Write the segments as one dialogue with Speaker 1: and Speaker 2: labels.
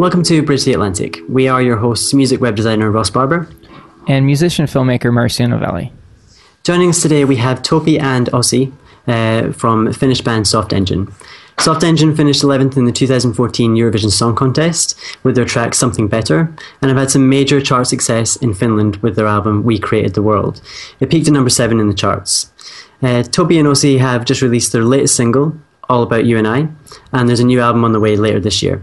Speaker 1: Welcome to Bridge the Atlantic. We are your hosts, music web designer Ross Barber.
Speaker 2: and musician filmmaker Marcia Novelli.
Speaker 1: Joining us today, we have Topi and Ossi uh, from Finnish band Soft Engine. Soft Engine finished 11th in the 2014 Eurovision Song Contest with their track Something Better, and have had some major chart success in Finland with their album We Created the World. It peaked at number 7 in the charts. Uh, Topi and Ossi have just released their latest single, All About You and I, and there's a new album on the way later this year.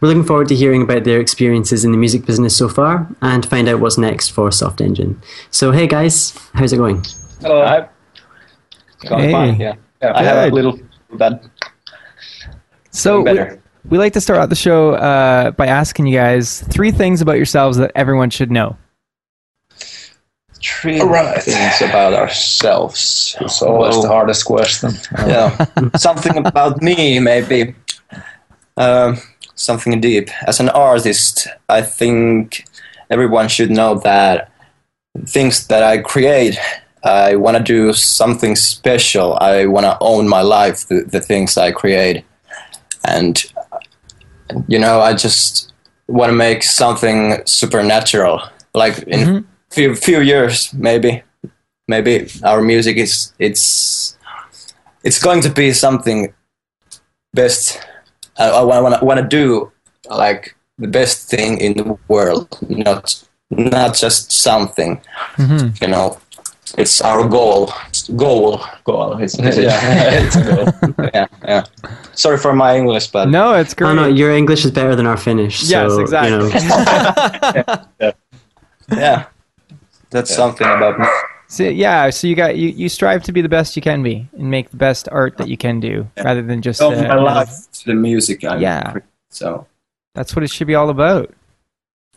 Speaker 1: We're looking forward to hearing about their experiences in the music business so far and find out what's next for Soft Engine. So, hey guys, how's it going?
Speaker 3: Hello. I've gone
Speaker 2: Hey.
Speaker 3: fine, yeah. yeah I have
Speaker 2: Good.
Speaker 3: a little bad.
Speaker 2: So we,
Speaker 3: Better.
Speaker 2: we like to start out the show uh, by asking you guys three things about yourselves that everyone should know.
Speaker 3: Three things about ourselves.
Speaker 4: It's always the hardest question.
Speaker 3: Yeah. something about me, maybe. Um, something deep. As an artist, I think everyone should know that things that I create, I want to do something special. I want to own my life, the, the things I create. And, you know, I just want to make something supernatural. Like in few, few years, maybe. Maybe our music is it's it's going to be something best I, I want to want to do like the best thing in the world not not just something
Speaker 1: Mm-hmm.
Speaker 3: you know it's our goal goal goal it's, yeah. it's goal. yeah yeah sorry for my english but
Speaker 2: No, it's great.
Speaker 1: Oh no, your English is better than our Finnish.
Speaker 2: Yes,
Speaker 1: so,
Speaker 2: exactly.
Speaker 1: You know,
Speaker 3: yeah that's something about me
Speaker 2: So, yeah, so you got you, you strive to be the best you can be and make the best art that you can do, rather than just uh,
Speaker 4: Of my life to the music. I
Speaker 2: Yeah.
Speaker 4: create, So
Speaker 2: That's what it should be all about.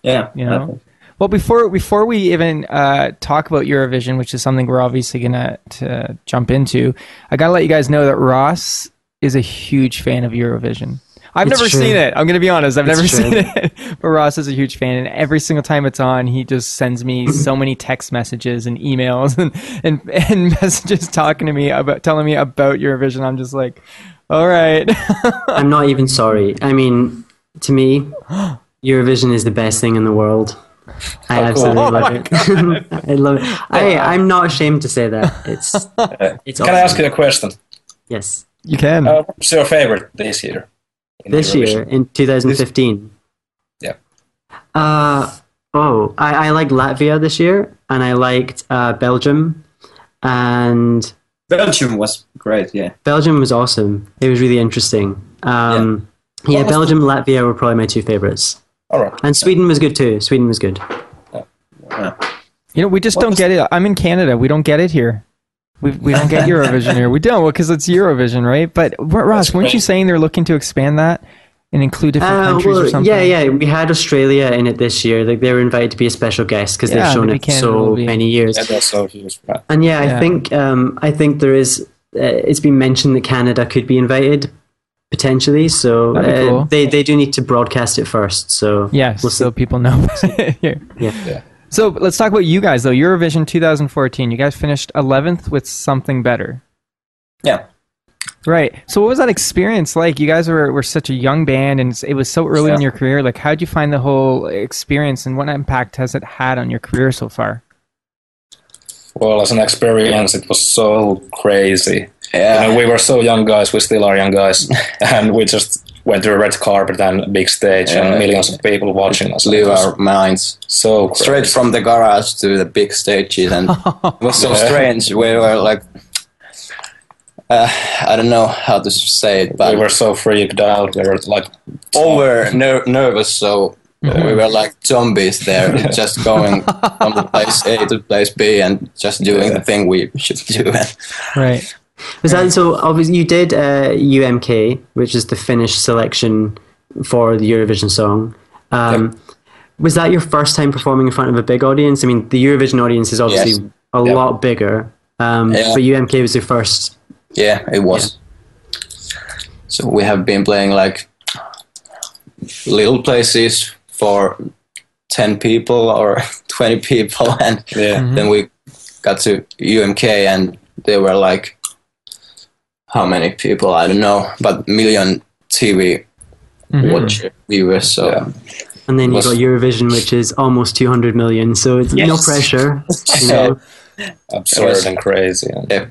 Speaker 4: yeah,
Speaker 2: You know. Well, before before we even uh, talk about Eurovision, which is something we're obviously gonna to jump into, I gotta let you guys know that Ross is a huge fan of Eurovision. I've
Speaker 1: It's
Speaker 2: never
Speaker 1: true.
Speaker 2: seen it. I'm gonna be honest. I've
Speaker 1: It's
Speaker 2: never
Speaker 1: true.
Speaker 2: seen it, but Ross is a huge fan, and every single time it's on, he just sends me so many text messages and emails and and, and messages talking to me about telling me about Eurovision. I'm just like, all right.
Speaker 1: I'm not even sorry. I mean, to me, Eurovision is the best thing in the world. I absolutely
Speaker 2: Oh
Speaker 1: love
Speaker 2: my
Speaker 1: it. I love it. I, I'm not ashamed to say that. It's it's.
Speaker 4: Can I ask you a question?
Speaker 1: Yes,
Speaker 2: you can.
Speaker 4: Uh, what's your favorite this year? in
Speaker 1: this
Speaker 4: Eurovision?
Speaker 1: year in 2015.
Speaker 4: Yeah.
Speaker 1: Uh, oh, I, I like Latvia this year, and I liked uh, Belgium, and
Speaker 4: Belgium was great. Yeah.
Speaker 1: Belgium was awesome. It was really interesting. Um, yeah, Belgium, Latvia were probably my two favorites,
Speaker 4: All right.
Speaker 1: and Sweden was good too. Sweden was good.
Speaker 2: You know, we just
Speaker 4: What
Speaker 2: don't
Speaker 4: was-
Speaker 2: get it. I'm in Canada. We don't get it here. We, we don't get Eurovision here. We don't because it's Eurovision, right? But Ro- Ross, weren't you saying they're looking to expand that and include different
Speaker 1: Uh,
Speaker 2: countries or something?
Speaker 1: yeah, yeah, we had Australia in it this year. Like they were invited to be a special guest because
Speaker 2: Yeah,
Speaker 1: they've shown
Speaker 2: maybe
Speaker 1: it
Speaker 2: Canada will
Speaker 1: so
Speaker 2: be.
Speaker 1: many years.
Speaker 4: Yeah, that's so huge. Right.
Speaker 1: And yeah,
Speaker 2: Yeah.
Speaker 1: I think um, I think there is. Uh, it's been mentioned that Canada could be invited potentially, so
Speaker 2: That'd be
Speaker 1: uh,
Speaker 2: cool.
Speaker 1: they they do need to broadcast it first. So
Speaker 2: Yes,
Speaker 1: we'll see.
Speaker 2: so people know. here.
Speaker 1: Yeah.
Speaker 4: Yeah.
Speaker 2: So let's talk about you guys though. Eurovision 2014. You guys finished 11th with something better.
Speaker 4: Yeah.
Speaker 2: Right. So what was that experience like? You guys were, were such a young band and it's- it was so early in
Speaker 4: Yeah.
Speaker 2: your career. Like how'd you find the whole experience and what impact has it had on your career so far?
Speaker 4: Well, as an experience, it was so crazy.
Speaker 3: yeah
Speaker 4: You know, we were so young guys. We still are young guys, and we just went to a red carpet and big stage
Speaker 3: Yeah.
Speaker 4: and millions of people watching us. It
Speaker 3: blew
Speaker 4: was
Speaker 3: our minds
Speaker 4: so crazy.
Speaker 3: straight from the garage to the big stages and it was so
Speaker 4: Yeah.
Speaker 3: strange we were like uh, i don't know how to say it but
Speaker 4: we were so freaked out. We were like
Speaker 3: over ner- nervous so We were like zombies there, just going from place A to place B and just doing the thing we should do. And
Speaker 2: Right.
Speaker 1: Was that so? Obviously, you did uh, UMK, which is the Finnish selection for the Eurovision song. Um, Was that your first time performing in front of a big audience? I mean, the Eurovision audience is obviously
Speaker 3: Yes.
Speaker 1: a
Speaker 3: Yeah.
Speaker 1: lot bigger, um,
Speaker 3: Yeah.
Speaker 1: but UMK was your first.
Speaker 3: yeah, it was. So we have been playing like little places for 10 people or 20 people and
Speaker 4: Yeah. Mm-hmm.
Speaker 3: then we got to UMK and they were like how many people I don't know but million TV watcher viewers so
Speaker 4: Mm-hmm. Yeah.
Speaker 1: And then you
Speaker 3: Was-
Speaker 1: got Eurovision, which is almost 200 million, so it's no
Speaker 4: Yes.
Speaker 1: pressure. You know?
Speaker 3: It
Speaker 4: Absurd
Speaker 3: was-
Speaker 4: and crazy. and-
Speaker 3: yeah,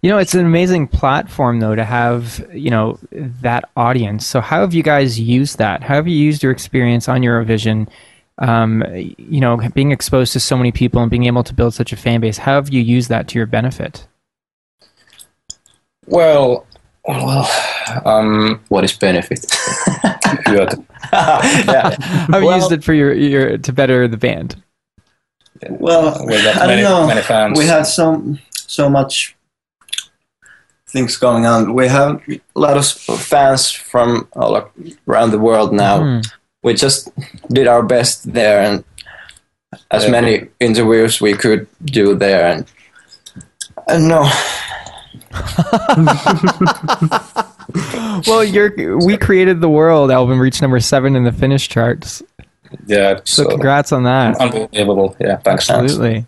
Speaker 2: You know, it's an amazing platform though to have, you know, that audience. So how have you guys used that? How have you used your experience on Eurovision? Um, you know, being exposed to so many people and being able to build such a fan base, how have you used that to your benefit?
Speaker 4: Well, well, um,
Speaker 3: what is benefit
Speaker 4: good.
Speaker 3: yeah
Speaker 2: I've used it for your, your to better the band.
Speaker 3: well
Speaker 4: We got
Speaker 3: I
Speaker 4: many-
Speaker 3: don't know
Speaker 4: many fans.
Speaker 3: we had some so much things going on we have a lot of fans from all around the world now we just did our best there and as
Speaker 4: Yeah.
Speaker 3: many interviews we could do there and and no
Speaker 2: Well, your we created the world album reached number seven in the Finnish charts.
Speaker 4: Yeah,
Speaker 2: So,
Speaker 4: so
Speaker 2: congrats on that.
Speaker 4: unbelievable. Yeah, thanks. thanks.
Speaker 2: Absolutely,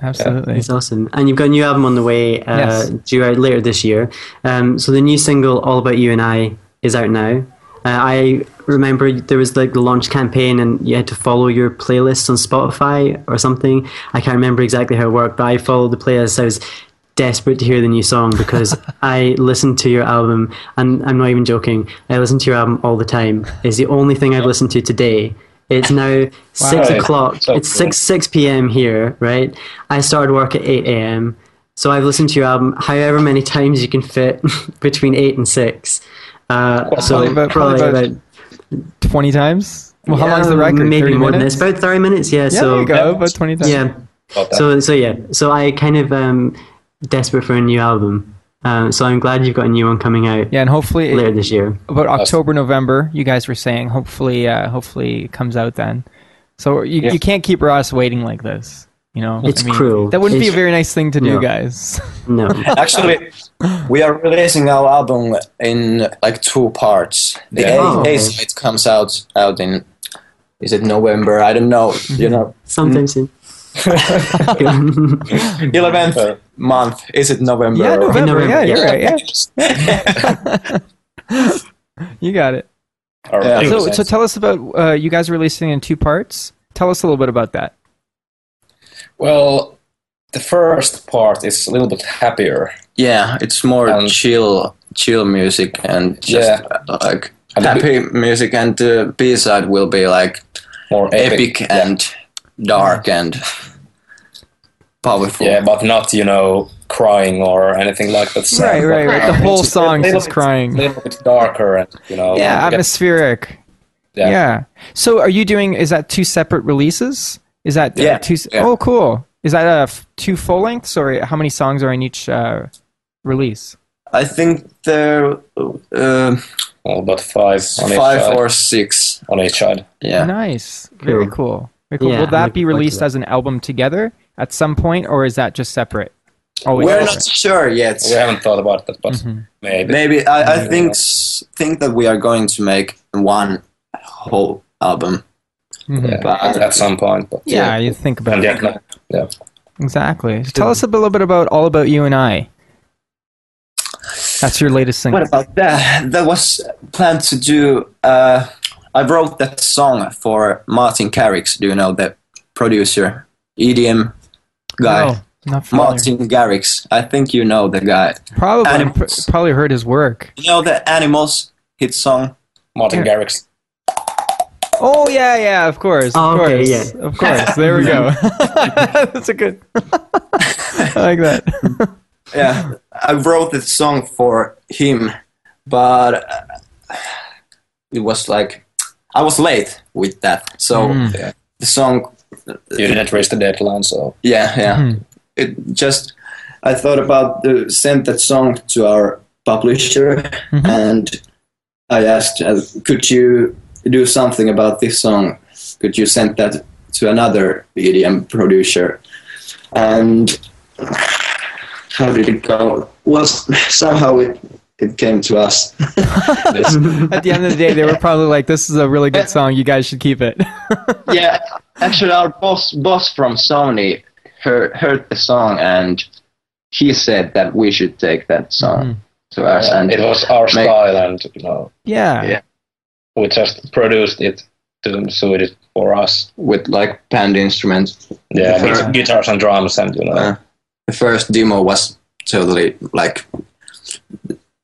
Speaker 2: absolutely.
Speaker 1: It's awesome. And you've got a new album on the way uh,
Speaker 2: Yes.
Speaker 1: due out later this year. Um, so the new single, All About You and I, is out now. Uh, I remember there was like the launch campaign and you had to follow your playlists on Spotify or something. I can't remember exactly how it worked, but I followed the playlist. I was desperate to hear the new song because I listened to your album and I'm not even joking. I listen to your album all the time. It's the only thing I've listened to today. It's now six
Speaker 4: Wow.
Speaker 1: o'clock.
Speaker 4: So
Speaker 1: it's
Speaker 4: cool.
Speaker 1: six six p.m. here, right? I started work at eight a.m. So I've listened to your album however many times you can fit between eight and six. Uh, so
Speaker 2: probably about- probably about Twenty times. Well, how long's the
Speaker 1: yeah,
Speaker 2: record?
Speaker 1: Maybe
Speaker 2: 30
Speaker 1: more
Speaker 2: minutes?
Speaker 1: than this. About thirty minutes. Yeah.
Speaker 2: Yeah,
Speaker 1: so
Speaker 2: there you go. About twenty times.
Speaker 1: yeah.
Speaker 4: About that.
Speaker 1: So so yeah. So I kind of um desperate for a new album. Um, so I'm glad you've got a new one coming out
Speaker 2: Yeah, and hopefully
Speaker 1: later this year.
Speaker 2: about October, November, you guys were saying hopefully, uh, hopefully it comes out then. So you,
Speaker 4: Yeah.
Speaker 2: you can't keep Ross waiting like this. You know,
Speaker 1: It's cruel.
Speaker 2: That wouldn't be
Speaker 1: It's-
Speaker 2: a very nice thing to do,
Speaker 1: No.
Speaker 2: guys.
Speaker 1: No.
Speaker 3: actually we are releasing our album in like two parts the
Speaker 4: Yeah.
Speaker 1: Oh.
Speaker 3: A, A side comes out out in is it november i don't know you know
Speaker 1: Sometime
Speaker 2: Mm.
Speaker 1: soon. In
Speaker 4: Uh,
Speaker 3: 11th month is it november
Speaker 2: yeah, November.
Speaker 1: November,
Speaker 2: Yeah,
Speaker 1: yeah.
Speaker 2: you're right. Yeah, you got it.
Speaker 4: Or
Speaker 3: Yeah.
Speaker 4: maybe
Speaker 2: So,
Speaker 4: it's-
Speaker 2: so tell us about uh, you guys releasing in two parts. Tell us a little bit about that.
Speaker 4: well, the first part is a little bit happier.
Speaker 3: Yeah, it's more
Speaker 4: Um,
Speaker 3: chill, chill music and just
Speaker 4: Yeah.
Speaker 3: uh, like
Speaker 4: And the
Speaker 3: happy music, and the B side will be like
Speaker 4: More epic,
Speaker 3: epic and dark and powerful.
Speaker 4: Yeah, but not you know crying or anything like that.
Speaker 2: Right, right, right. The whole song
Speaker 4: Little
Speaker 2: is
Speaker 4: bit-
Speaker 2: crying.
Speaker 4: little bit darker and you know.
Speaker 2: yeah,
Speaker 4: we get-
Speaker 2: atmospheric. Yeah. So, are you doing? Is that two separate releases? Is that uh,
Speaker 3: Yeah,
Speaker 2: two? s
Speaker 3: yeah.
Speaker 2: Oh, cool. Is that uh, f- two full lengths, or how many songs are in each uh, release?
Speaker 3: I think there uh,
Speaker 4: Well, but five on each
Speaker 3: five
Speaker 4: side.
Speaker 3: or six.
Speaker 4: on each side.
Speaker 3: Yeah,
Speaker 2: Nice. Very
Speaker 1: Cool.
Speaker 2: cool. Very cool.
Speaker 1: Yeah,
Speaker 2: Will
Speaker 1: I'm
Speaker 2: that
Speaker 1: looking
Speaker 2: be
Speaker 1: forward to
Speaker 2: released
Speaker 1: that.
Speaker 2: as an album together at some point, or is that just separate? Always
Speaker 3: we're not
Speaker 2: separate.
Speaker 3: sure yet.
Speaker 4: We haven't thought about that, but maybe.
Speaker 3: Maybe I, I think s- think that we are going to make one whole album.
Speaker 2: Mhm.
Speaker 4: Yeah, at, at some point. But
Speaker 2: Yeah, you think about
Speaker 4: And
Speaker 2: it.
Speaker 4: yeah, no, yeah.
Speaker 2: Exactly. So tell us a little bit about All About You and I. That's your latest single.
Speaker 3: What about that? That Uh, was planned to do. Uh, I wrote that song for Martin Garrix. Do you know the producer, EDM guy?
Speaker 2: No, not familiar.
Speaker 3: Martin Garrix. I think you know the guy.
Speaker 2: Probably,
Speaker 3: Animals.
Speaker 2: pr- probably heard his work.
Speaker 3: You know the Animals hit song.
Speaker 4: Martin Garrix.
Speaker 2: Oh yeah, yeah, of course,
Speaker 1: Oh,
Speaker 2: of
Speaker 1: okay,
Speaker 2: course,
Speaker 1: yeah.
Speaker 2: of course. There we go. That's a good. I like that.
Speaker 3: Yeah, I wrote that song for him, but uh, it was like I was late with that, so
Speaker 4: Yeah.
Speaker 3: the song,
Speaker 4: You didn't reach the deadline, so
Speaker 3: yeah, yeah, it just. I thought about uh, sent that song to our publisher, and I asked, uh, could you do something about this song? Could you send that to another EDM producer? And how did it go? Well, somehow it, it came to us.
Speaker 2: At the end of the day, they were probably like, "This is a really good song. You guys should keep it."
Speaker 3: yeah, actually, our boss boss from Sony heard, heard the song and he said that we should take that song to us. And
Speaker 4: uh, it was our
Speaker 3: make-
Speaker 4: style, and you know,
Speaker 2: yeah.
Speaker 3: Yeah.
Speaker 4: we just produced it to suit it for us.
Speaker 3: with like band instruments.
Speaker 4: Yeah,
Speaker 3: The
Speaker 4: guit-
Speaker 3: fir-
Speaker 4: guitars and drums, and you know,
Speaker 3: Uh, the first demo was totally like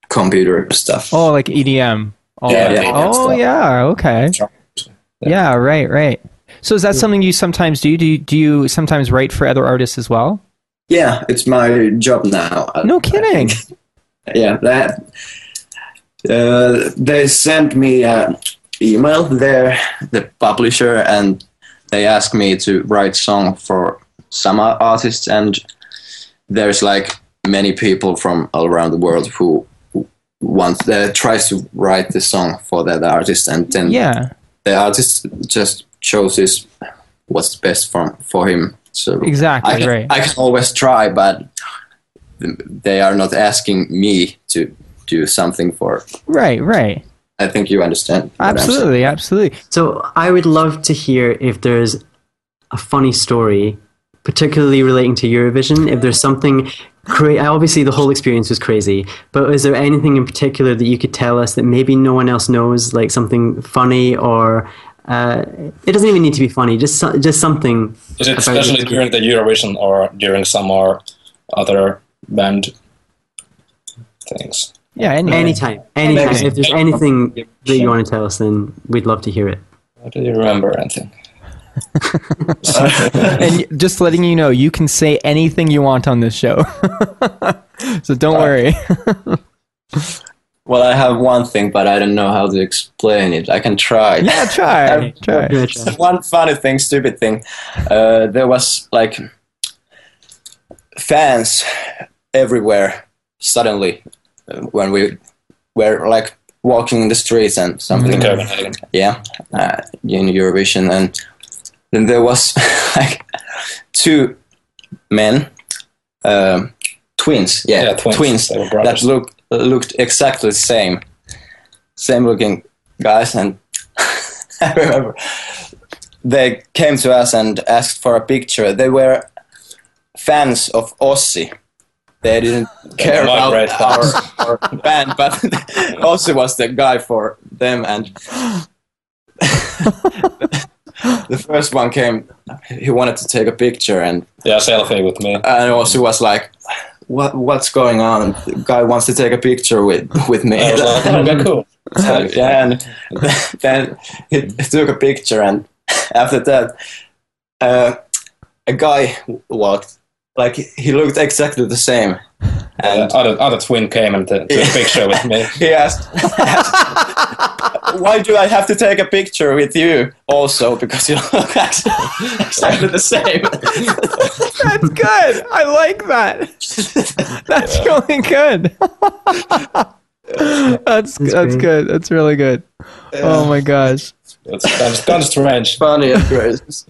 Speaker 3: computer stuff.
Speaker 2: Oh, like EDM. All
Speaker 4: Yeah,
Speaker 2: that.
Speaker 4: yeah,
Speaker 2: oh
Speaker 4: that's the-
Speaker 2: yeah. Okay.
Speaker 4: Yeah.
Speaker 2: Yeah. Right. Right. So is that something you sometimes do? Do you, do you sometimes write for other artists as well?
Speaker 3: Yeah, it's my job now.
Speaker 2: No kidding.
Speaker 3: yeah that uh, they sent me an email there the publisher and they asked me to write song for some ar- artists and there's like many people from all around the world who want uh, tries to write the song for that artist and then
Speaker 2: yeah.
Speaker 3: the artist just chooses what's best for for him so
Speaker 2: Exactly,
Speaker 3: I can,
Speaker 2: right.
Speaker 3: I can always try, but they are not asking me to do something for.
Speaker 2: Right. Right.
Speaker 3: I think you understand. what I'm saying.
Speaker 2: Absolutely. Absolutely.
Speaker 1: So I would love to hear if there's a funny story, particularly relating to Eurovision. If there's something, cra- obviously the whole experience was crazy, but is there anything in particular that you could tell us that maybe no one else knows, like something funny or uh, it doesn't even need to be funny, just so- just something.
Speaker 4: Is it
Speaker 1: about
Speaker 4: especially
Speaker 1: the-
Speaker 4: during the Eurovision or during some or other band things?
Speaker 2: Yeah. Anyway.
Speaker 1: Anytime, anytime.
Speaker 2: Anything.
Speaker 1: If there's anything that you want to tell us, then we'd love to hear it.
Speaker 4: What do you remember? Anything?
Speaker 2: And just letting you know, you can say anything you want on this show. so don't worry.
Speaker 3: Well, I have one thing, but I don't know how to explain it. I can try.
Speaker 2: yeah. Try. Try.
Speaker 1: Give it a try.
Speaker 3: one funny thing, stupid thing. Uh, there was like fans everywhere suddenly uh, when we were like walking in the streets and something.
Speaker 2: Mm-hmm.
Speaker 4: Copenhagen.
Speaker 3: yeah, uh, in Eurovision, and then there was like two men, um, twins, yeah,
Speaker 4: Yeah, twins.
Speaker 3: twins,
Speaker 4: They were
Speaker 3: that
Speaker 4: brothers.
Speaker 3: look looked exactly the same, same looking guys, and I remember they came to us and asked for a picture. They were fans of Ossi. They didn't care about
Speaker 4: migrate
Speaker 3: our, our band, but Ossi was the guy for them. And the first one came, he wanted to take a picture, and,
Speaker 4: Yeah, selfie with me.
Speaker 3: and Ossi was like, what, what's going on? The guy wants to take a picture with, with me.
Speaker 4: I was like, oh, okay, cool.
Speaker 3: So, yeah, and then he took a picture, and after that, uh, a guy walked. Like he looked exactly the same,
Speaker 4: And
Speaker 3: and
Speaker 4: Uh, other, other twin came and t- took a picture with me.
Speaker 3: he asked, "Why do I have to take a picture with you also? Because you look ex- exactly the same."
Speaker 2: That's good. I like that. That's really good. that's that's
Speaker 1: great.
Speaker 2: good. That's really good. Oh my gosh.
Speaker 4: It's kind of, kind of strange.
Speaker 3: Funny and crazy.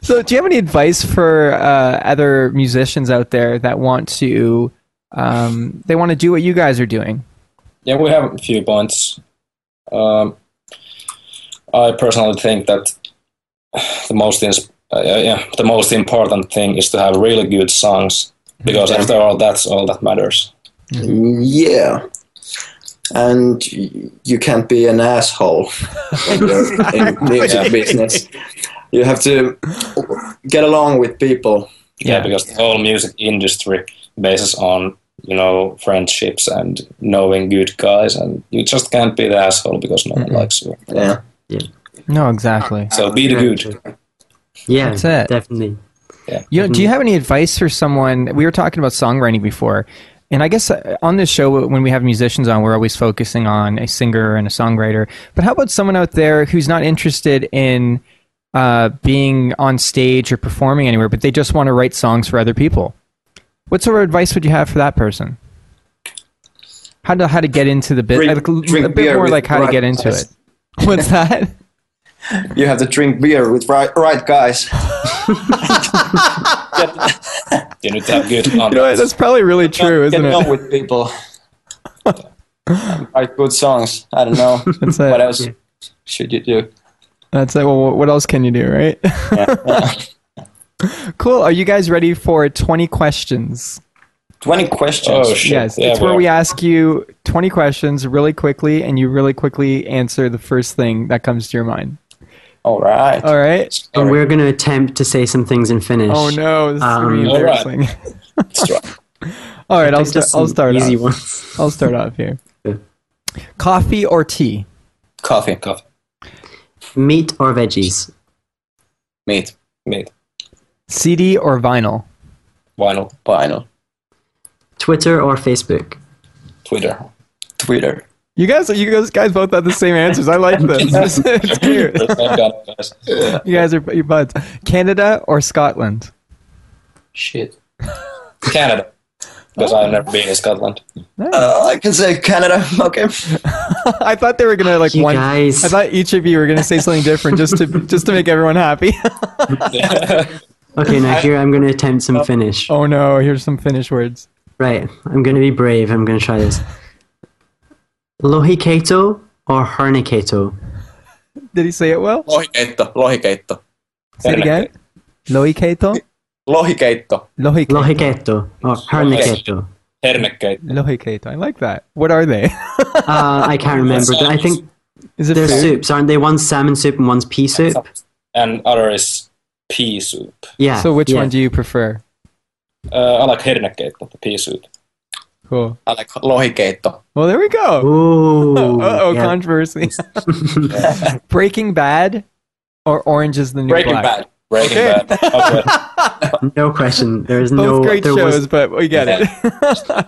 Speaker 2: So, do you have any advice for uh, other musicians out there that want to um, they want to do what you guys are doing?
Speaker 4: Yeah, we have a few points. Um, I personally think that the most ins- uh, yeah, yeah, the most important thing is to have really good songs
Speaker 3: Mm-hmm.
Speaker 4: because after all, that's all that matters.
Speaker 3: Yeah, and y- you can't be an asshole when you're in music business. You have to get along with people.
Speaker 4: Yeah,
Speaker 2: Yeah.
Speaker 4: because the whole music industry bases on you know friendships and knowing good guys, and you just can't be the asshole because no one likes you.
Speaker 3: Mm-hmm. Yeah,
Speaker 2: No, exactly.
Speaker 4: So be the good.
Speaker 1: Yeah,
Speaker 2: That's it.
Speaker 1: definitely.
Speaker 3: Mm-hmm.
Speaker 2: You know, do you have any advice for someone? We were talking about songwriting before, And I guess uh, on this show, when we have musicians on, we're always focusing on a singer and a songwriter. But how about someone out there who's not interested in uh, being on stage or performing anywhere, but they just want to write songs for other people? What sort of advice would you have for that person? How to how to get into the business?
Speaker 3: Drink- drink
Speaker 2: A bit
Speaker 3: beer
Speaker 2: more
Speaker 3: with
Speaker 2: like how to
Speaker 3: bright
Speaker 2: get into
Speaker 3: eyes.
Speaker 2: it. What's that?
Speaker 3: You have to drink beer with right, right guys.
Speaker 4: You need to have good
Speaker 3: You know,
Speaker 4: contacts.
Speaker 2: That's probably really true,
Speaker 3: Get
Speaker 2: isn't
Speaker 3: on
Speaker 2: it?
Speaker 3: with people. write good songs. I don't know.
Speaker 2: That's it.
Speaker 3: what else should you do?
Speaker 2: That's it. Well, what else can you do, right? cool. Are you guys ready for 20 questions?
Speaker 3: 20 questions.
Speaker 4: Oh, shit.
Speaker 2: Yes,
Speaker 4: Yeah,
Speaker 2: it's where
Speaker 4: well,
Speaker 2: we ask you 20 questions really quickly, and you really quickly answer the first thing that comes to your mind.
Speaker 3: All right.
Speaker 2: All right.
Speaker 1: And we're going to attempt to say some things in Finnish.
Speaker 2: Oh no, this is gonna be
Speaker 1: Um,
Speaker 2: embarrassing. All right, I'll, sta-
Speaker 1: Just
Speaker 2: I'll
Speaker 1: some
Speaker 2: start.
Speaker 1: Easy
Speaker 2: off.
Speaker 1: ones.
Speaker 2: I'll start off here.
Speaker 1: Okay.
Speaker 2: Coffee or tea?
Speaker 3: Coffee,
Speaker 4: Coffee,
Speaker 1: Meat or veggies?
Speaker 3: meat,
Speaker 4: meat,
Speaker 2: CD or vinyl?
Speaker 4: vinyl,
Speaker 3: vinyl,
Speaker 1: Twitter or Facebook?
Speaker 4: Twitter.
Speaker 3: Twitter.
Speaker 2: You guys, you guys, guys both have the same answers. I like this. it's cute.
Speaker 4: Same kind of guys.
Speaker 2: You guys are you buds. Canada or Scotland?
Speaker 3: Shit.
Speaker 4: Canada. Because I've never been in Scotland.
Speaker 3: Uh, I can say Canada. Okay.
Speaker 2: I thought they were gonna like
Speaker 1: You
Speaker 2: one.
Speaker 1: guys.
Speaker 2: I thought each of you were gonna say something different just to just to make everyone happy.
Speaker 1: Okay, now here I'm going to attempt some Finnish.
Speaker 2: oh no, here's some Finnish words.
Speaker 1: Right, I'm going to be brave. I'm going to try this. Lohikeito or hernikeito?
Speaker 2: Did he say it well?
Speaker 3: Lohikeitto, lohikeitto.
Speaker 2: Say it again. Lohikeito.
Speaker 3: Lohikeitto.
Speaker 2: Lohikeito.
Speaker 1: Lohikeito or hernikeito?
Speaker 4: Hernekkeit.
Speaker 2: Lohikeito. I like that. What are they?
Speaker 1: Uh, I can't remember, but I think
Speaker 2: Is it
Speaker 1: they're
Speaker 2: food?
Speaker 1: soups, aren't they? One's salmon soup and one's pea soup.
Speaker 4: And other is pea soup.
Speaker 1: Yeah.
Speaker 2: So which
Speaker 1: yeah.
Speaker 2: one do you prefer?
Speaker 4: Uh, I like hernekkeit, but the pea soup.
Speaker 2: Cool.
Speaker 3: I like lohikeitto.
Speaker 2: Well, there we go.
Speaker 1: Ooh.
Speaker 2: Uh oh,
Speaker 1: yeah.
Speaker 2: controversy. Breaking Bad or Orange is the New
Speaker 3: Breaking
Speaker 2: Black?
Speaker 3: Bad.
Speaker 4: Breaking
Speaker 2: Okay.
Speaker 4: Bad. Okay.
Speaker 1: No question. There is
Speaker 2: Both
Speaker 1: no.
Speaker 2: great
Speaker 1: there
Speaker 2: shows,
Speaker 1: was
Speaker 2: but we get it. I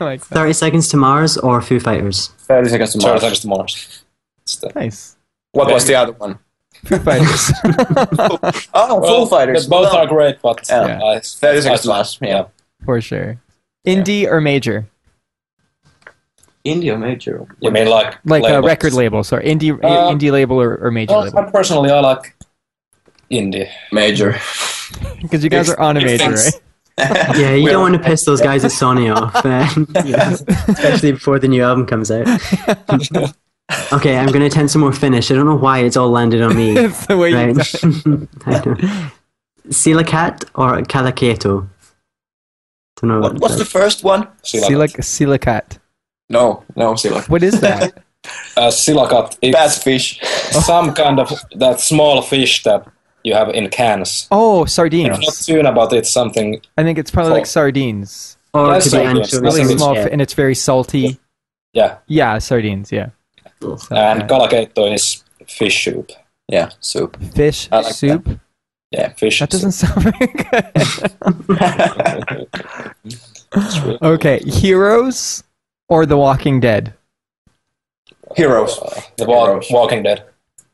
Speaker 2: like that.
Speaker 1: Thirty Seconds to Mars or Foo Fighters.
Speaker 3: 30 seconds to
Speaker 4: Sorry,
Speaker 3: Mars.
Speaker 4: thanks to Mars. It's the-
Speaker 2: Nice.
Speaker 3: What was the other one?
Speaker 2: Foo Fighters.
Speaker 3: Oh,
Speaker 4: Well,
Speaker 3: Full Fighters.
Speaker 4: they Both
Speaker 3: No.
Speaker 4: are great, but
Speaker 3: Yeah.
Speaker 4: I,
Speaker 3: 30 seconds to
Speaker 4: I-
Speaker 3: Mars. Yeah.
Speaker 2: For sure. Indie or major?
Speaker 3: India major.
Speaker 4: You mean like
Speaker 2: Like a
Speaker 4: labels?
Speaker 2: record label, sorry. Indie
Speaker 4: Uh,
Speaker 2: indie label or, or major
Speaker 4: Well,
Speaker 2: label.
Speaker 4: I personally, I like indie.
Speaker 3: Major.
Speaker 2: Because you guys are on a major,
Speaker 3: thanks.
Speaker 2: right?
Speaker 1: Yeah, you don't want to piss those guys at Sony off, man. Yeah. especially before the new album comes out. okay, I'm going to attempt some more Finnish. I don't know why it's all landed on me.
Speaker 2: That's the way you
Speaker 1: right?
Speaker 2: do it.
Speaker 1: I know. Silicat or Calacieto? Don't know
Speaker 3: What,
Speaker 1: what,
Speaker 3: what's the first one?
Speaker 2: Silic- silicat.
Speaker 3: No, no, Silic.
Speaker 2: What is that?
Speaker 4: Uh, silakat. It's
Speaker 3: Bad fish.
Speaker 4: some kind of that small fish that you have in cans.
Speaker 2: Oh,
Speaker 4: I'm not
Speaker 2: sardines.
Speaker 4: soon about it. Something.
Speaker 2: I think it's probably
Speaker 4: Oh.
Speaker 2: like sardines.
Speaker 1: Or it
Speaker 4: That's
Speaker 1: could be
Speaker 4: like-
Speaker 1: anchovies.
Speaker 4: Really
Speaker 2: Really
Speaker 4: Sardines,
Speaker 2: small,
Speaker 1: yeah.
Speaker 2: f- and it's very salty.
Speaker 4: Yeah.
Speaker 2: Yeah, sardines. Yeah,
Speaker 4: And
Speaker 2: Okay.
Speaker 4: kalakeitto is fish soup.
Speaker 3: Yeah, soup.
Speaker 2: fish
Speaker 3: I like
Speaker 2: soup.
Speaker 4: Yeah, fish.
Speaker 2: That doesn't sound very good. okay, heroes or The Walking Dead.
Speaker 3: Heroes.
Speaker 4: soup. The wa- Walking Dead.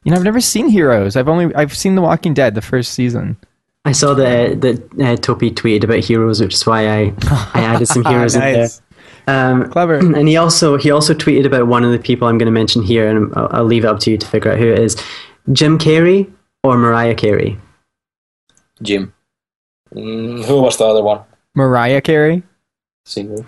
Speaker 2: You know, I've never seen Heroes. I've only I've seen The Walking Dead, the first season.
Speaker 1: I saw that, that uh, Topi tweeted about heroes, which is why I, I added some heroes in there.
Speaker 2: nice,
Speaker 1: Um,
Speaker 2: clever.
Speaker 1: and he also he also tweeted about one of the people I'm going to mention here, and I'll, I'll leave it up to you to figure out who it is: Jim Carrey or Mariah Carey.
Speaker 3: Jim.
Speaker 4: Mm, who was the other one?
Speaker 2: Mariah Carey.
Speaker 3: Singer.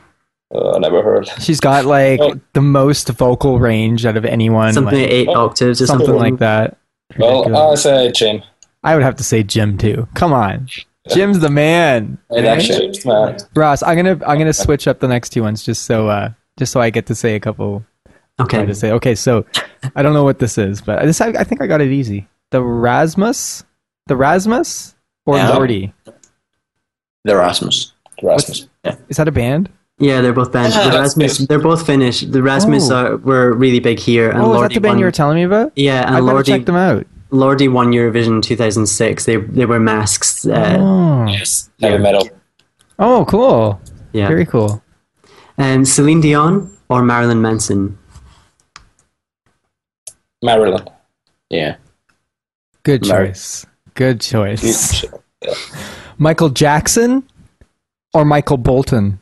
Speaker 4: Uh, never heard.
Speaker 2: She's got like
Speaker 4: Oh.
Speaker 2: the most vocal range out of anyone.
Speaker 1: Something
Speaker 2: like,
Speaker 1: like eight
Speaker 4: oh,
Speaker 1: octaves or
Speaker 2: something
Speaker 1: something,
Speaker 2: like that.
Speaker 4: Well, uh, I
Speaker 2: Ridiculous.
Speaker 4: say Jim.
Speaker 2: I would have to say Jim too. Come on, Jim's the man.
Speaker 4: It actually, man.
Speaker 2: Ross, I'm gonna I'm gonna switch up the next two ones just so uh just so I get to say a couple. I
Speaker 1: Okay,
Speaker 2: just say okay. So I don't know what this is, but this I, I think I got it easy. The Rasmus, the Rasmus or
Speaker 3: Yeah.
Speaker 2: Lordy?
Speaker 3: The Rasmus.
Speaker 4: Rasmus.
Speaker 2: Is that a band?
Speaker 1: yeah, they're both bands.
Speaker 3: Yeah,
Speaker 1: the
Speaker 3: that's
Speaker 1: Rasmus, they're both Finnish. The Rasmus
Speaker 2: Oh.
Speaker 1: are, were really big here, and
Speaker 2: oh, is that
Speaker 1: Lordi
Speaker 2: the band
Speaker 1: won.
Speaker 2: you were telling me about?
Speaker 1: yeah,
Speaker 2: I
Speaker 1: and
Speaker 2: better check
Speaker 1: Lordi
Speaker 2: them out.
Speaker 1: Lordi won Eurovision 2006. They they were masks. Uh,
Speaker 2: Oh,
Speaker 4: Heavy metal.
Speaker 2: oh cool.
Speaker 1: yeah,
Speaker 2: Very cool.
Speaker 1: Um, Celine Dion or Marilyn Manson?
Speaker 4: Marilyn.
Speaker 3: Yeah.
Speaker 2: Good
Speaker 3: Larry.
Speaker 2: choice. Good choice.
Speaker 4: It's-
Speaker 2: Michael Jackson or Michael Bolton?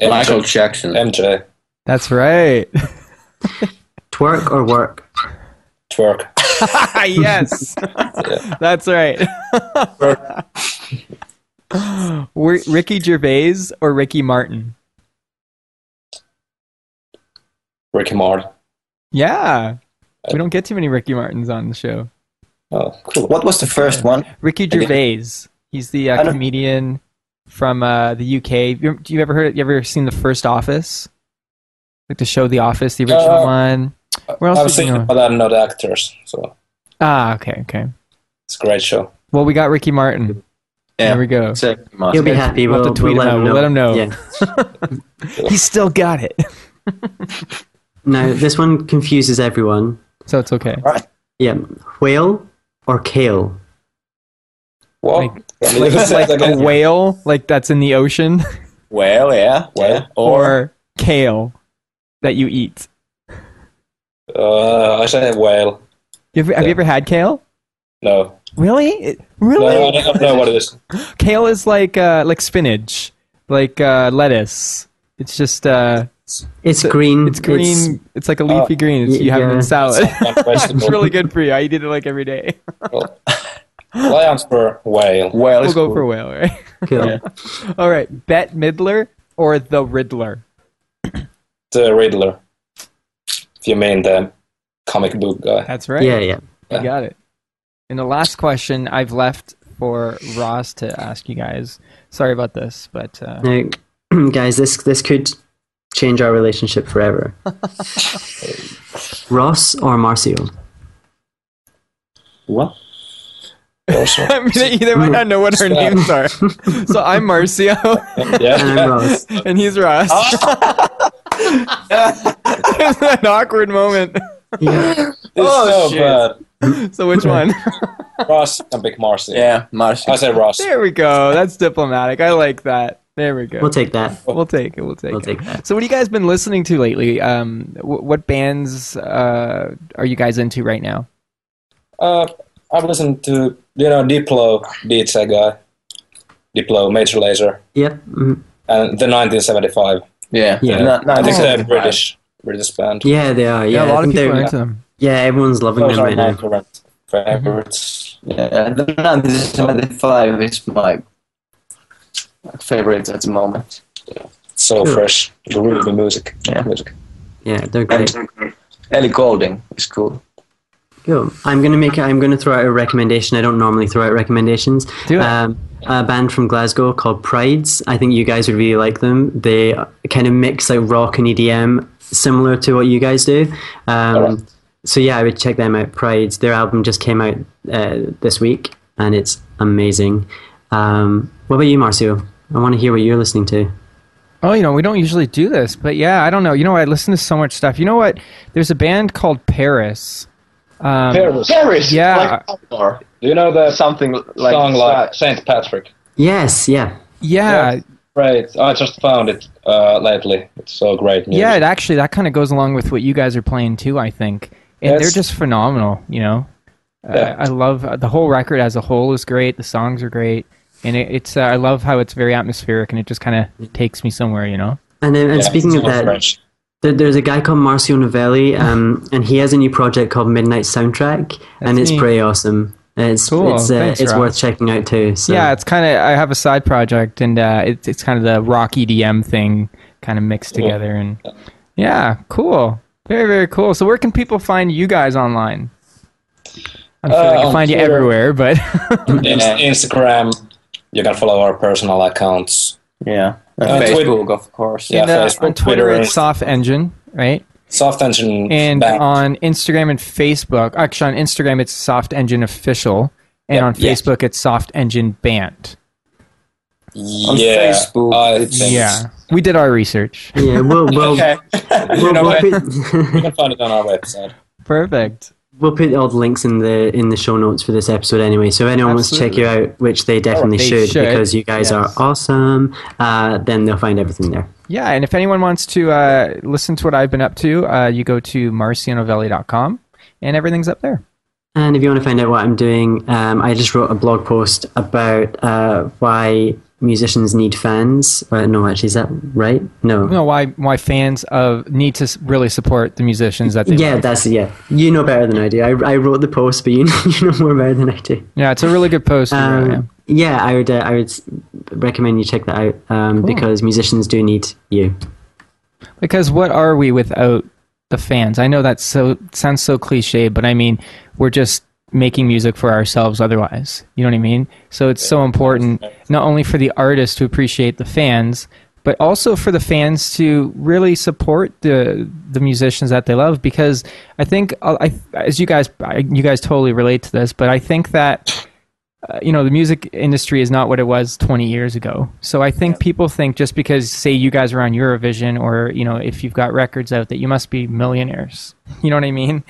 Speaker 3: Michael
Speaker 4: MJ.
Speaker 3: Jackson.
Speaker 4: MJ.
Speaker 2: That's right.
Speaker 1: Twerk or work?
Speaker 4: Twerk.
Speaker 2: yes. That's right. Wi- Ricky Gervais or Ricky Martin?
Speaker 4: Ricky Martin.
Speaker 2: Yeah. We don't get too many Ricky Martins on the show.
Speaker 4: Oh, cool.
Speaker 3: What was the first one?
Speaker 2: Ricky
Speaker 3: Okay.
Speaker 2: Gervais. He's the
Speaker 3: I
Speaker 2: uh,
Speaker 3: don't-
Speaker 2: comedian from uh, the UK. You, do you ever heard? You ever seen the first Office? Like the show The Office, the original
Speaker 4: Uh,
Speaker 2: one. Where else?
Speaker 4: I've
Speaker 2: Is he
Speaker 4: seen it,
Speaker 2: known?
Speaker 4: but I'm not actors, so
Speaker 2: Ah, okay, okay.
Speaker 4: it's a great show.
Speaker 2: Well, we got Ricky Martin. There we go.
Speaker 3: It's uh, a
Speaker 1: He'll be
Speaker 3: master.
Speaker 1: happy.
Speaker 2: We'll
Speaker 1: We'll,
Speaker 2: have to tweet
Speaker 1: we'll
Speaker 2: him out. We'll
Speaker 1: let him know.
Speaker 2: let him
Speaker 1: Yeah.
Speaker 2: He's still got it,
Speaker 1: Now, this one confuses everyone.
Speaker 2: so it's okay.
Speaker 1: Yeah. Whale or kale?
Speaker 4: Well,
Speaker 2: Like-
Speaker 4: can you
Speaker 2: Like,
Speaker 4: say
Speaker 2: like
Speaker 4: it
Speaker 2: a
Speaker 4: again?
Speaker 2: whale, like that's in the ocean,
Speaker 3: Well, yeah. Well, or
Speaker 2: or kale that you eat.
Speaker 4: Uh, I say whale.
Speaker 2: You ever, have you
Speaker 4: Yeah.
Speaker 2: ever had kale?
Speaker 4: No.
Speaker 2: Really? It-
Speaker 4: No,
Speaker 2: Really?
Speaker 4: I don't know what it is.
Speaker 2: Kale is like uh, like spinach, like uh, lettuce. It's just uh,
Speaker 1: It's green.
Speaker 2: it's green. It's, like a leafy green. It's,
Speaker 1: y-
Speaker 2: you have it
Speaker 1: Oh, yeah.
Speaker 2: in salad.
Speaker 4: Not vegetable.
Speaker 2: it's really good for you. I eat it like every day.
Speaker 4: Lions were whale.
Speaker 3: well.
Speaker 2: We'll
Speaker 3: is
Speaker 2: go
Speaker 3: cool.
Speaker 2: for a whale, right?
Speaker 1: Cool.
Speaker 2: All right, Bette Midler or the Riddler?
Speaker 4: The Riddler. If you mean the comic book guy.
Speaker 2: That's right.
Speaker 1: Yeah, yeah.
Speaker 2: You got it. And the last question I've left for Ross to ask you guys. Sorry about this, but uh,
Speaker 1: Now, guys, this this could change our relationship forever. Ross or Marcio?
Speaker 3: What?
Speaker 4: Also.
Speaker 2: I mean, either way, I don't know what our names are. So I'm Marcio,
Speaker 1: And
Speaker 4: Yeah.
Speaker 1: I'm Ross.
Speaker 2: and he's Ross.
Speaker 1: Ah.
Speaker 2: It's an awkward moment.
Speaker 1: Yeah.
Speaker 4: oh, so
Speaker 3: shit.
Speaker 4: bad.
Speaker 2: So which one?
Speaker 4: Ross and Big Marcy.
Speaker 3: Yeah, Marcy.
Speaker 4: I say Ross.
Speaker 2: There we go. That's diplomatic. I like that. There we go.
Speaker 1: We'll take that.
Speaker 2: We'll take it. We'll take
Speaker 1: We'll
Speaker 2: it.
Speaker 1: take that.
Speaker 2: So, what have you guys been listening to lately? Um, wh- what bands uh, are you guys into right now?
Speaker 4: Uh, I've listened to, you know, Diplo, DJ guy. Diplo, Major Laser,
Speaker 1: Yep. mhm.
Speaker 4: and the 1975.
Speaker 3: Yeah.
Speaker 1: Yeah.
Speaker 3: No, no,
Speaker 4: I think
Speaker 3: this
Speaker 4: they're
Speaker 3: is
Speaker 4: British, British band.
Speaker 1: Yeah, they are. Yeah,
Speaker 2: a
Speaker 1: I
Speaker 2: lot of
Speaker 1: think
Speaker 2: people are
Speaker 1: they're-
Speaker 2: into them.
Speaker 1: yeah, everyone's loving
Speaker 4: Those
Speaker 1: them
Speaker 4: are
Speaker 1: right
Speaker 4: my
Speaker 1: now.
Speaker 4: current favorites.
Speaker 3: Yeah, the 1975 is my favorite at the moment.
Speaker 4: So
Speaker 1: Sure.
Speaker 4: fresh, groovy music.
Speaker 3: Yeah.
Speaker 4: music.
Speaker 1: Yeah, they're great.
Speaker 3: And Ellie Golding is cool.
Speaker 1: Cool. I'm gonna make. I'm gonna throw out a recommendation. I don't normally throw out recommendations.
Speaker 2: Do it.
Speaker 1: Um, a band from Glasgow called Prides. I think you guys would really like them. They kind of mix like rock and EDM, similar to what you guys do. Um, So yeah, I would check them out. Prides. Their album just came out uh, this week, and it's amazing. Um, what about you, Marcio? I want to hear what you're listening to.
Speaker 2: Oh, you know, we don't usually do this, but yeah, I don't know. You know, I listen to so much stuff. You know what? There's a band called Paris. Um,
Speaker 4: Paris.
Speaker 5: Paris.
Speaker 2: Yeah.
Speaker 5: Like, or
Speaker 4: Do you know the
Speaker 5: something like
Speaker 4: song like
Speaker 5: that.
Speaker 4: Saint Patrick?
Speaker 1: Yes. Yeah.
Speaker 2: Yeah, yeah,
Speaker 4: Right. I just found it uh, lately. It's so great music.
Speaker 2: it actually that kind of goes along with what you guys are playing too. I think, and
Speaker 4: Yes.
Speaker 2: they're just phenomenal. You know,
Speaker 4: Yeah.
Speaker 2: I, I love uh, the whole record as a whole is great. The songs are great, and it, it's uh, I love how it's very atmospheric and it just kind of takes me somewhere. You know,
Speaker 1: And then, and
Speaker 4: Yeah,
Speaker 1: speaking
Speaker 4: it's
Speaker 1: of
Speaker 4: so
Speaker 1: that,
Speaker 4: fresh.
Speaker 1: There, there's a guy called Marcio Novelli, um, and he has a new project called Midnight Soundtrack, and
Speaker 2: That's
Speaker 1: it's
Speaker 2: me.
Speaker 1: pretty awesome. It's
Speaker 2: Cool,
Speaker 1: it's, uh,
Speaker 2: thanks,
Speaker 1: it's
Speaker 2: Ross.
Speaker 1: worth checking out too. So.
Speaker 2: yeah, it's kind of I have a side project and uh, it's it's kind of the rock EDM thing kind of mixed together and yeah, cool, very very cool. So where can people find you guys online? I'm sure
Speaker 4: Uh,
Speaker 2: they can
Speaker 4: on
Speaker 2: find you
Speaker 4: Twitter.
Speaker 2: everywhere, but
Speaker 4: Inst- uh, Instagram. You can follow our personal accounts.
Speaker 3: Yeah. And
Speaker 4: Uh,
Speaker 3: Facebook, of course.
Speaker 4: Yeah,
Speaker 2: And, uh,
Speaker 4: Facebook,
Speaker 2: on Twitter,
Speaker 4: Twitter,
Speaker 2: it's Soft Engine, right?
Speaker 4: Soft Engine
Speaker 2: And
Speaker 4: Band.
Speaker 2: on Instagram and Facebook, actually on Instagram it's Soft Engine Official, and
Speaker 4: Yeah,
Speaker 2: on
Speaker 4: yeah.
Speaker 2: Facebook it's Soft Engine Band.
Speaker 3: On
Speaker 4: yeah,
Speaker 3: Facebook,
Speaker 4: I
Speaker 3: it's-
Speaker 4: think
Speaker 2: Yeah, we did our research.
Speaker 1: yeah. We'll we'll, we'll,
Speaker 4: know
Speaker 1: we'll,
Speaker 4: what? you
Speaker 1: put,
Speaker 4: can find it on our website.
Speaker 2: Perfect.
Speaker 1: we'll put all the links in the in the show notes for this episode anyway. So if anyone
Speaker 2: Absolutely. Oh,
Speaker 1: wants to check you out, which they definitely
Speaker 2: they
Speaker 1: should,
Speaker 2: should,
Speaker 1: because you guys
Speaker 2: yes.
Speaker 1: are awesome, uh, then they'll find everything there.
Speaker 2: Yeah, and if anyone wants to uh, listen to what I've been up to, uh, you go to marcianovelli.com and everything's up there.
Speaker 1: And if you want to find out what I'm doing, um, I just wrote a blog post about uh, why musicians need fans. Uh, no, actually, is that right? No.
Speaker 2: You know why why fans of need to s- really support the musicians that they
Speaker 1: Yeah,
Speaker 2: like.
Speaker 1: that's yeah. You know better than I do. I, I wrote the post, but you know, you know more better than I do.
Speaker 2: yeah, it's a really good post. you wrote, yeah.
Speaker 1: Um, yeah, I would uh, I would s- recommend you check that out um, because musicians do need you.
Speaker 2: Because what are we without the fans? I know that so sounds so cliche, but I mean, we're just making music for ourselves otherwise. You know what I mean? So it's so important not only for the artist to appreciate the fans, but also for the fans to really support the the musicians that they love because I think uh, I as you guys I, you guys totally relate to this, but I think that you know the music industry is not what it was 20 years ago so i think people think just because say you guys are on eurovision or you know if you've got records out that you must be millionaires you know what i mean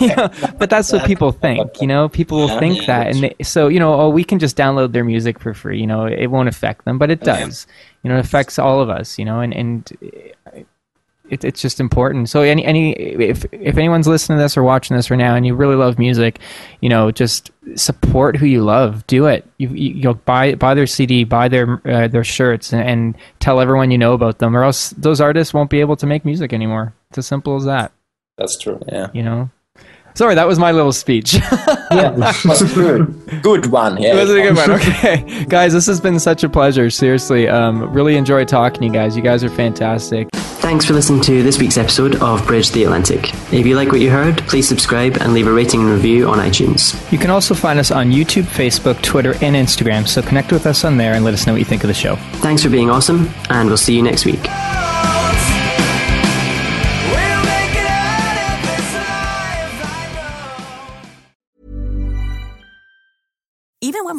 Speaker 2: You know, but that's what people think you know people will think that and they, so you know oh we can just download their music for free you know it won't affect them but it does you know it affects all of us you know and and it, it's just important. So any any if if anyone's listening to this or watching this right now and you really love music, you know, just support who you love. Do it. You, you you'll buy buy their CD, buy their uh, their shirts, and, and tell everyone you know about them, or else those artists won't be able to make music anymore. It's as simple as that.
Speaker 4: That's true.
Speaker 3: Yeah.
Speaker 2: You know. Sorry, that was my little speech.
Speaker 3: was good. Good one. Yeah.
Speaker 2: It was a good one. Okay, guys, this has been such a pleasure. Seriously, um, really enjoy talking to you guys. You guys are fantastic.
Speaker 1: Thanks for listening to this week's episode of Bridge the Atlantic. If you like what you heard, please subscribe and leave a rating and review on iTunes.
Speaker 2: You can also find us on YouTube, Facebook, Twitter, and Instagram, so connect with us on there and let us know what you think of the show.
Speaker 1: Thanks for being awesome, and we'll see you next week.
Speaker 5: We'll make it out of this alive, I know.
Speaker 6: Even when